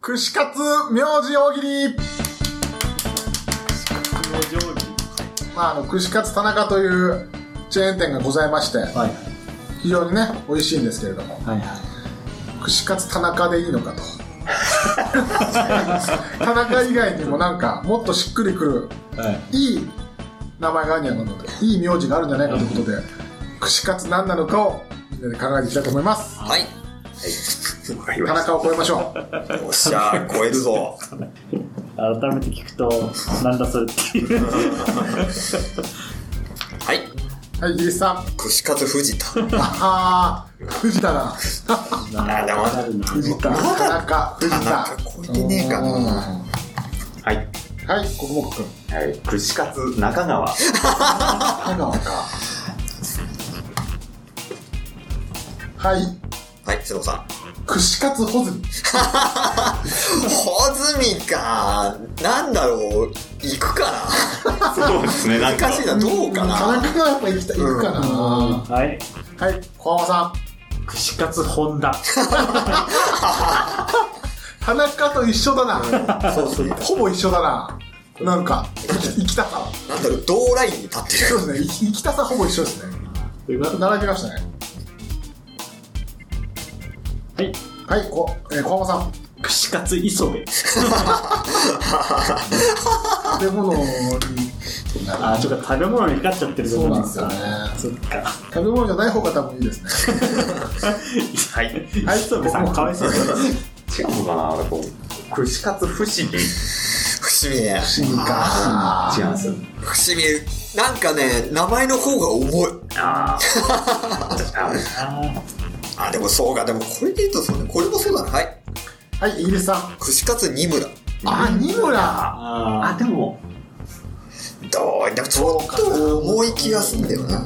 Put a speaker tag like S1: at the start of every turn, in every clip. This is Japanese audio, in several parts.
S1: 串カツ名字大喜利
S2: 上位
S1: まあ、あの串カツ田中というチェーン店がございまして、
S2: はい
S1: 非常にね美味しいんですけれども
S2: はい
S1: 串カツ田中でいいのかと田中以外にもなんかもっとしっくりくる
S2: はい
S1: いい名前があるんじゃないかといい名字があるんじゃないかということで串カツ何なのかをみんなで考えていきたいと思います
S3: はい。はい。わかり
S1: 田
S3: まし
S1: 中を超えましょう
S3: た。よっしゃ、超えるぞ。
S2: 改めて聞くとなんだそれっていう
S3: は
S1: は
S3: い。
S1: いイギリスさん
S3: 串カツ藤田。
S1: ああ藤田だ
S3: あでも
S2: なるな
S1: 藤田田中藤田
S3: なんか超えてねえか
S1: う
S3: な
S1: ん
S4: はい。
S1: はい国木君
S4: はい。串カツ中川。
S1: 香川かはい
S3: はい、須藤さん。
S1: 串カツホズミ
S3: ほずみか。なんだろう。行くか
S4: そうですね。な
S3: な。
S4: んか
S3: 難しいな。どうか
S1: 田
S3: な。
S1: 中がやっぱ行きたい行くかな、は
S2: はい
S1: い小浜さん
S2: 串カツ本田
S1: 田中と一緒だな
S3: そうそう。
S1: ほぼ一緒だななんか行きたさ
S3: なんだろう。同ラインに立ってる。
S1: そうですね行き行きたさほぼ一緒ですね
S2: ということで
S1: 並びましたね
S2: はい
S1: はいこ、えー、小浜
S2: 串カツ磯部
S1: さん食べ物に
S2: あちょっと食べ物にかかっちゃってると
S1: そう
S2: 思う
S1: なんんで
S2: で
S1: すす
S2: よ
S1: よね
S2: そっか
S1: 食べ物じゃない方が多分いいですね
S4: はい。
S1: はい
S2: 磯部さんかわいそうだ
S4: 違
S2: な
S4: うのかなこう串カツ不思議。
S3: 伏見ね。
S1: 不思議か
S4: 違います。
S3: 伏見。なんかね、名前の方が重い。
S4: ああ。
S2: あ
S3: あ、でもそうか。でもこれで言うとそうね。これもそうだな。はい。
S1: はいイギリスさん
S3: 串カツ二村。
S1: あ二村
S4: あ、
S2: あ
S4: でも、
S3: どうでもちょっと重い気がすんだよな。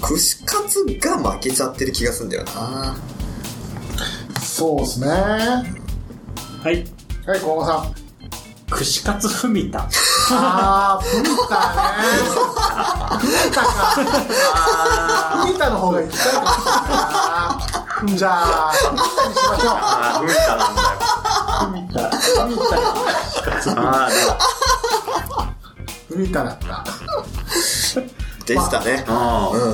S3: 串カツが負けちゃってる気がすんだよな。
S1: そうですねは
S2: ーはい
S1: い小浜さん
S2: 串カツ文田
S1: あー、プニタね。プニタか。プニタの方が行きたいかもしれないな。じゃあ、プ
S4: ああ、文太なんだよ。
S2: 文田文田
S4: ああ、
S1: ニタにしましょう。プニタだった。
S3: でしたね。
S4: あ
S3: うん。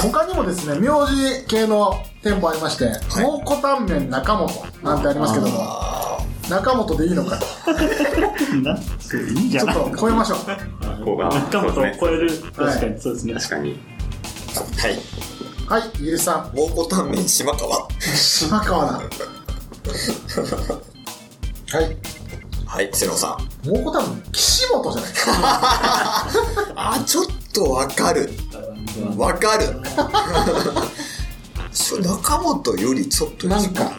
S1: 他にもですね、名字系の店舗ありまして、蒙古タンメン中本なんてありますけども、中本でいいのかと。
S2: なんていいんじゃ
S1: ち
S2: ない
S1: ょっと超えましょう。
S4: あ、こうが。
S2: 中
S4: そうで
S2: 本を
S4: すね。
S2: 超える確かにそうですね
S4: 確かに。
S3: はい。
S1: はい、イギリスさん。
S3: 蒙古タンメン島川。
S1: 島川だ。はい。
S3: はい、瀬野さん。
S1: 蒙古タンメン、岸本じゃないか。
S3: あ、ちょっとわかる。わかる。そう中本よりちょっと
S1: なんか、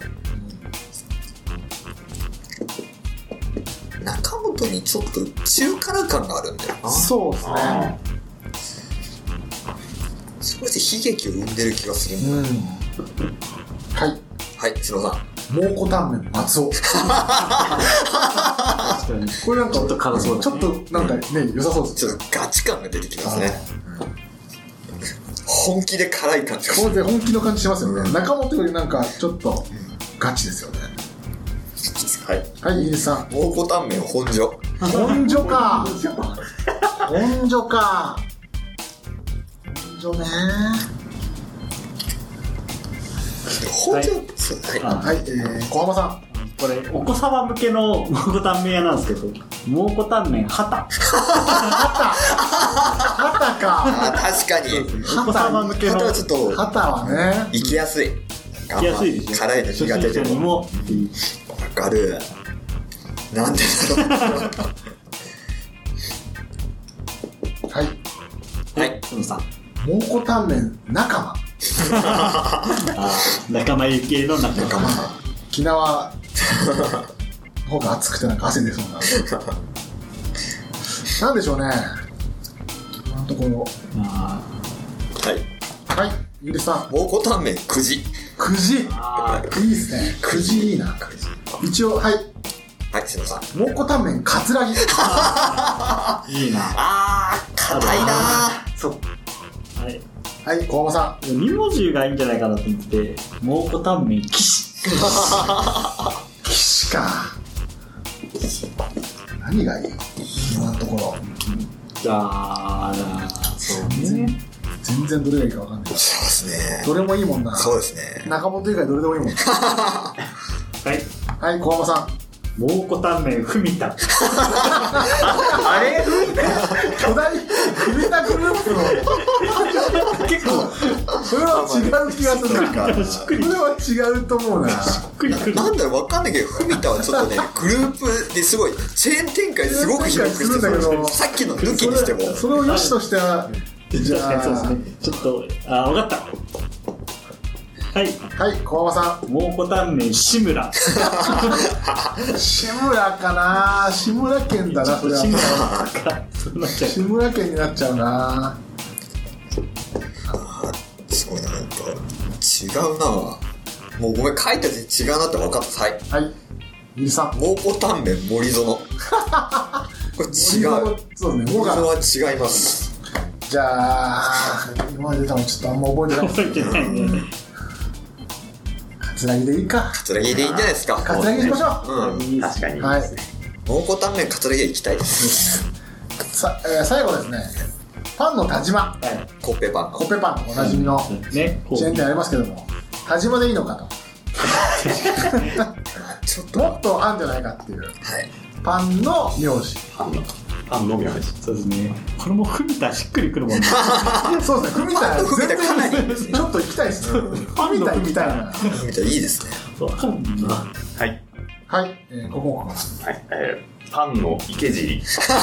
S3: 中本にちょっと中辛感があるんだよな。
S1: そうですね。
S4: あ
S3: 少し悲劇を生んでる気がするんだよ。
S1: うん。はい。
S3: はい、瀬野さん。
S1: 蒙古タンメン松尾
S2: 確かに
S1: これなんかちょっ
S2: と辛そうだ
S1: ちょっとなんかね良さそうです
S3: ちょっとガチ感が出てきますね。本気で辛い感じがす
S1: こ
S3: る。
S1: れで本気の感じしますよ
S3: う
S1: ね
S3: ん
S1: 中本よりなんかちょっとガチですよね
S3: はい。
S1: はいイギリスさん
S3: 蒙古タンメン本所。
S1: 根性か根性か根性ね
S3: 本所そうはい。
S1: はい、えー、小浜 さ
S2: これお子様向けの蒙古タンメン屋なんですけど蒙古タンメン旗
S1: ん畑か
S3: あ、確かに。
S2: お子様向け
S3: あ
S2: の
S3: とはちょっと、
S1: 畑はね
S3: 行きやすい。行
S2: 行きやすいでしょ
S3: 辛いの苦手で
S2: 初心者に
S3: も。
S2: もいい
S3: わかる。なんでだろ
S1: はい
S3: う。はい。
S2: そのさ
S1: 蒙古タンメン仲間
S2: あー仲間由紀恵の仲間
S3: 仲間さ
S1: 沖縄の方が暑くてなんか汗出そうななんでしょうね今のところ
S2: あ
S3: ん。はい。
S1: はいゆりさん
S3: 蒙古タンメン9時。
S1: くじい
S2: ーあ
S1: いですねくじいいな一応はい
S3: はい、すいません。
S1: 蒙古タンメンカツラギ
S2: ーいいな
S3: あー、硬いな
S4: そう。
S2: あれ
S1: はい小浜さ
S2: 二文字がいいんじゃないかなと思って蒙古タンメン騎士
S1: ん岸か何がいい今のところ
S2: じゃあ、そう
S1: 全
S2: ね。
S1: 然全然どれがいいかわかんない
S3: そうですね。
S1: どれもいいもんな
S3: そうですね。
S1: 中本以外どれでもいいもん
S2: はい。
S1: はい小浜さん
S2: 蒙古タンメン、ふみた。
S4: あれ
S1: 巨大クビタグループの
S2: 結構、
S1: それは違う気がする
S3: まあまあ
S1: な
S2: しっ
S1: そ
S2: く
S1: れ
S2: り、し
S1: は違うと思うな
S2: っくりくる。
S3: なんだろう、わかんないけど、フミタはちょっとね、グループですごい、チェーン展開すごく広くし
S1: チ
S3: て
S1: ェーン展開するんだけど
S3: さっきの抜きにしても、
S1: それを良しとしてはじ
S2: 確か
S1: ゃ
S2: にそうです
S1: あ
S2: ね。ちょっと、あ、わかった。はい。
S1: はい小浜さ
S2: 蒙古タンメン、志村。
S1: ん志村かな志村 県だなそれ
S2: 志村
S1: は
S2: か。そうなっちゃう
S1: 志村県になっちゃうな
S3: すごいな、なんか、違うなもうごめん、書いた字違うなって分かった。はい。
S1: はいゆりさん
S3: 蒙古タンメン 森園。これ違う。
S1: そうね
S3: 森
S1: もが
S3: 園は違います。
S1: じゃあ今まで出たのちょっとあんま覚えてな
S2: 覚えてない
S1: い桂木
S2: ね。
S1: でいいか
S3: カツラギでいいんじゃないですか。
S1: 桂木にしましょ
S3: うん。
S4: 確かに。
S1: うはい
S3: 蒙古タンメンカツラギは行きたいです。
S1: さ、えー最後ですねパンの田島
S2: は
S3: コッペパン。
S1: コッペパンおなじみの
S2: い。ね、こ
S1: チェーン
S2: う。
S1: 店ありますけども田島でいいのか
S3: ちょっ
S1: と
S3: と。
S1: も
S3: は
S1: っとあんじゃないかっていう
S3: い。
S1: パンの名字
S4: パンの、パンのみ味。
S2: そうですね。これもふみた、しっくりくるもんね。
S1: そうですね組みたい
S3: パンと文田かなりいいです
S1: 全然ちょっと行きたいですね
S2: パン
S1: 組み
S2: の
S1: たい
S2: 文田
S1: みたいな
S3: みたいいいですね。
S2: わかんな。
S4: はい。
S1: はい、えー、ここここ
S4: はい。えー、パンの池尻。
S2: ちょっと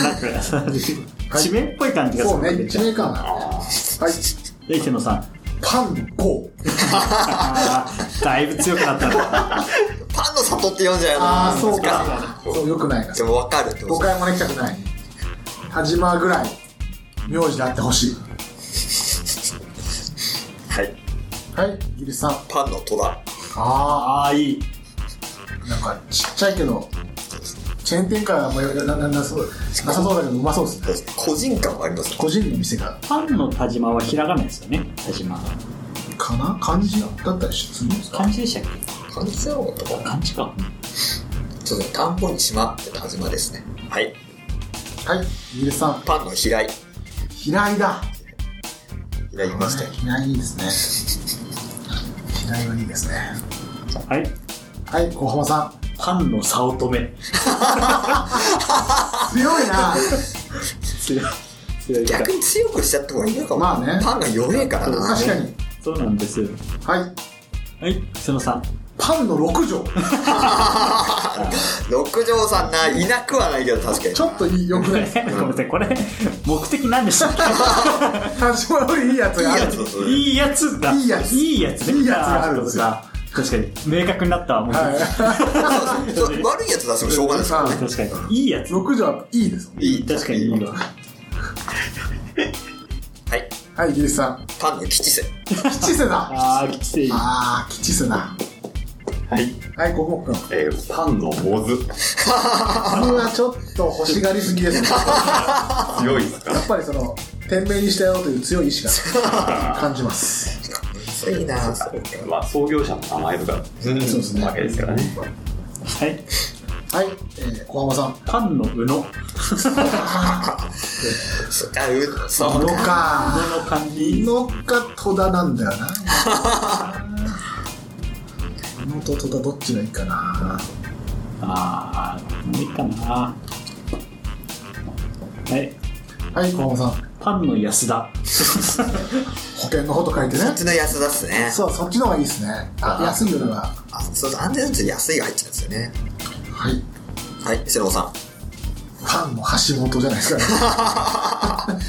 S2: なんか、地名っぽい感じがす
S1: そう
S2: る
S1: ん
S2: だけ
S1: ね
S2: ど
S1: 地名感は
S4: あ
S1: い
S2: じゃあ、池野さん。
S1: パンゴー
S2: あーだいぶ強くなったな。
S3: パンの里って読んじゃうな
S1: ああそうかそうよくないな
S3: でも分かるって
S1: 誤
S3: こと
S1: 解招きたくない田島ぐらい名字であってほしい
S3: はい。
S1: はいギリスさん
S3: パンの戸田。
S1: あ
S2: ああ、いい。
S1: あなんかちっちゃいけどチェーン展開はもうななななそうなさそうだけどうまそうですね
S3: 個人感はありますね。
S1: 個人の店が
S2: パンの田島はひらがなですよね。田島。
S1: かな漢字だったりするんですか
S2: 漢字でしたっけ
S3: 感じちゃうのかな
S2: 漢字か。
S3: ちょっとね田んぼに島って田島ですね。はい。
S1: はいギリスさん
S3: パンの平井。
S1: 平井だ
S3: 平井いましたよ。
S1: 平井いいですね平井はいいですね
S2: はい。
S1: はい小浜さん
S2: パンの早乙女。
S1: 強い な
S2: 強い。強いか。
S3: 逆に強くしちゃった方がいいのかも。
S1: まあね
S3: パンが弱えからな。
S1: 確かに
S2: そうなんですよ。
S1: はい
S2: はい、瀬野さん。
S1: パンの六条
S3: 六条さんな、いなくはないけど確かに
S1: ち。ょっといいよく ないですか
S2: ごめんなさい、これ、目的何でしたっ
S1: 田島よりいいやつ
S3: いい
S1: がある
S3: やつだそ
S2: け
S3: れ。
S2: いいやつだ。
S1: いいやつ
S2: いいやつね。
S1: いいやつがあるんですよ
S2: あーそうか確かに、明確になったわ、もう。
S3: そうそう悪いやつ出してもしょうがないですからね。
S2: 確かに。いいやつ。
S1: 六条はいいですもんね
S3: いい。
S2: 確かにいいわ。
S3: はい。
S1: はい、ギリスさん。
S3: パンの吉瀬。
S1: 吉瀬だ。
S2: ああ、きつい。
S1: あー、吉瀬だ。
S4: はい。
S1: はい、ここくん。こ
S4: えー、パンのモズ。
S1: れはちょっと欲しがりすぎですね。
S4: 強いですか
S1: やっぱりその、天命にしたよという強い意志が感じます。
S3: いいなそう
S4: まあ、創業者の名前とか、
S3: うん。
S1: そうですね。
S4: わ
S1: はい
S4: け、ですからね。
S2: はい。
S1: えー、小浜さん。
S2: パンの宇野。
S3: そうあ、う、そう
S1: の
S3: か。
S1: か。
S2: 宇野の感じ。
S1: のか戸田なんだよな。のと戸田どっちがいいかな。
S2: ああ、もういいかな。はい。
S1: はい、小浜さん。
S2: パンの安田。
S1: 保険の方と書いてね
S3: そ。っちの安田っすね。
S1: そう、そっちの方がいいですね。あ、安いよりは。
S3: あ、そうそう、安定だと安いが入っちゃうんですよね。
S1: はい。
S3: はい、瀬野さん。
S1: パンの橋本じゃないですか、ね。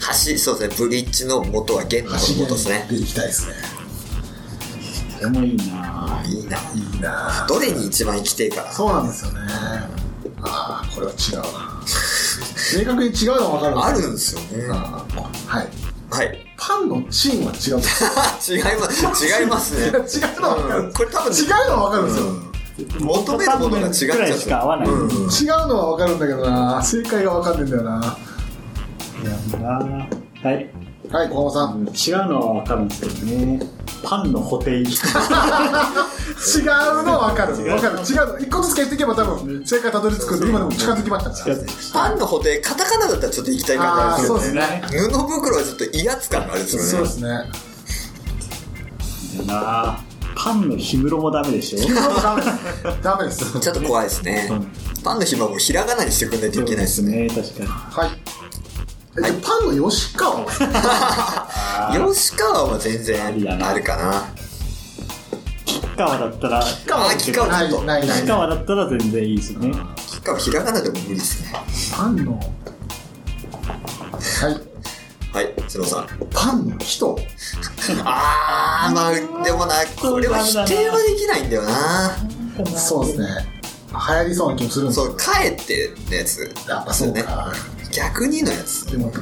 S3: 橋、そうですね、ブリッジの元は玄の
S1: 橋
S3: 元
S1: 本
S3: ですね。
S1: 出てきたいですね。
S2: これもいいな。
S3: いいな。
S1: いいなぁ
S3: どれに一番生きてえか。
S1: そうなんですよね。ああ、これは違うな。正確に違うのは分かるん
S3: あ
S1: で
S3: るんですよね。
S1: す
S3: は
S1: あーはい。
S3: い。
S1: パンのチンは違う。
S3: 違います、違いますね。
S1: 違うのは分かるん
S3: うん
S1: で
S3: これ多分、
S1: す。違うのは分かるんですよ。
S3: 求めるものが違っち
S2: くら
S3: ゃ
S2: いうしか合わない。
S3: う
S1: 違
S3: ん
S1: うのは分かるんだけどな。正解が分かんないんだよな。
S2: いやなはい。
S1: はい、小浜さん。
S2: 違うのはわかるんですけどね。パンの補填。
S1: 違うの分かる分かる違うの一個ずつ消していけば多分正解たどり着くんで今でも近づきましたね
S3: パンの補填、カタカナだったらちょっと行きたい感じなんですよ
S1: あーそう
S3: ね。
S1: で
S3: 布袋はちょっと威圧感があるんです
S1: そう
S3: よ
S1: で
S3: ね。
S1: すね
S2: だなパンの氷室もダメでしょ
S1: ダメですダメです
S3: ちょっと怖いですね。パンの暇もひらがなにしてくんないといけないですね。
S2: そうですね確か
S1: はいえでパンの吉川は
S3: 吉川は全然あるかな。
S2: に吉川だったら吉
S3: あー、吉川
S1: な
S3: ちょっと。
S1: いないない
S2: 川だったら全然いいですよね
S3: 吉川ひらがなでも無理ですね。
S1: パンのはい
S3: はい、スノーさ ん。
S1: パンの人
S3: あー、まあ、でもな、これは否定はできないんだよな。
S1: そうですね流行りそうな気もするんです
S3: そ
S1: よ
S3: う、帰ってのやつ。
S1: やっぱそうか
S3: 逆にのやつ。
S1: でもう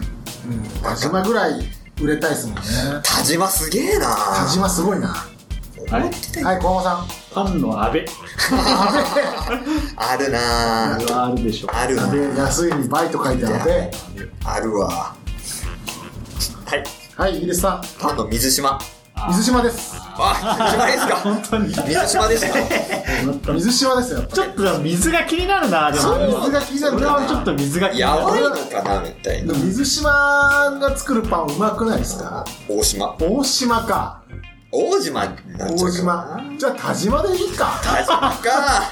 S1: ん田島ぐらい売れたいですもんね
S3: 田島すげえな。
S1: 田島すごいな
S2: あれ
S1: はい小浜さん
S2: パンの安倍
S3: あるな
S2: あれはあるでしょ
S3: あるな
S1: で安いに倍と書いてあって
S3: あるわ。はい、
S1: はいイギリスさん
S3: パンの水島。
S1: 水島です
S3: あ、水島ですか。
S2: 本当に
S3: 水島ですか。
S1: 水島ですよやっぱ
S2: ちょっと水が気になるなでも
S1: そう水が気になる
S2: 俺はちょっと水が気に
S3: や
S2: な
S3: ば
S2: る
S3: いのかなみた
S1: で
S3: いな
S1: も。水島が作るパンうまくないですか
S3: 大島。
S1: 大島か
S3: 大島になっ
S1: 大
S3: ちゃうかな。
S1: 島じゃあ田島でいいか
S3: 田島か。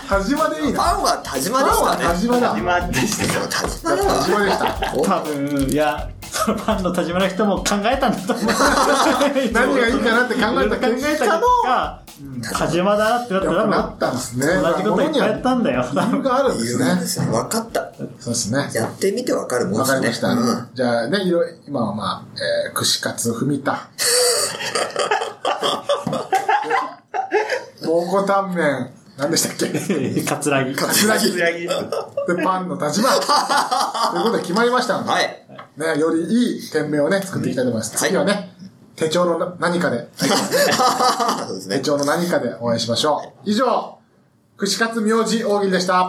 S1: 田島でいいな
S3: パンは田島
S1: パンは
S3: ですか
S1: 田
S3: ね。
S1: 島だ
S2: 今でし
S3: そう田島
S1: 田
S3: だわ。
S1: 島でした
S3: お
S2: 多分いやそのパンの田島の人も考えたんだと思う
S1: 何がいいかなって考えた
S2: 考えた
S1: 結
S2: 結
S1: 果の
S2: 果田島だなってなった
S1: やっぱ
S2: ら
S1: なったんですね
S2: 同じこといっぱいやったんだ よ
S1: 理由があるんで
S3: 言
S1: す
S3: うん
S1: ね
S3: ですね。分かった。
S1: そうですね
S3: やってみて分かるもんで
S1: わ
S3: す
S1: か
S3: ね。
S1: りました。
S3: うん
S1: じゃあね、いろいろ、今はまあ、えー、串カツ文 田。蒙古タンメン、何でしたっけ
S2: カツラギ
S1: つなぎ。で、パンの田島。ということで決まりましたので、
S3: はい。
S1: ね、よりいい店名をね、作っていきたいと思います。
S3: はい
S1: 次はね、手帳のな何かで、
S3: そうです
S1: 手
S3: ね。
S1: 帳の何かでお会いしましょう。以上、串カツ名字大喜利でした。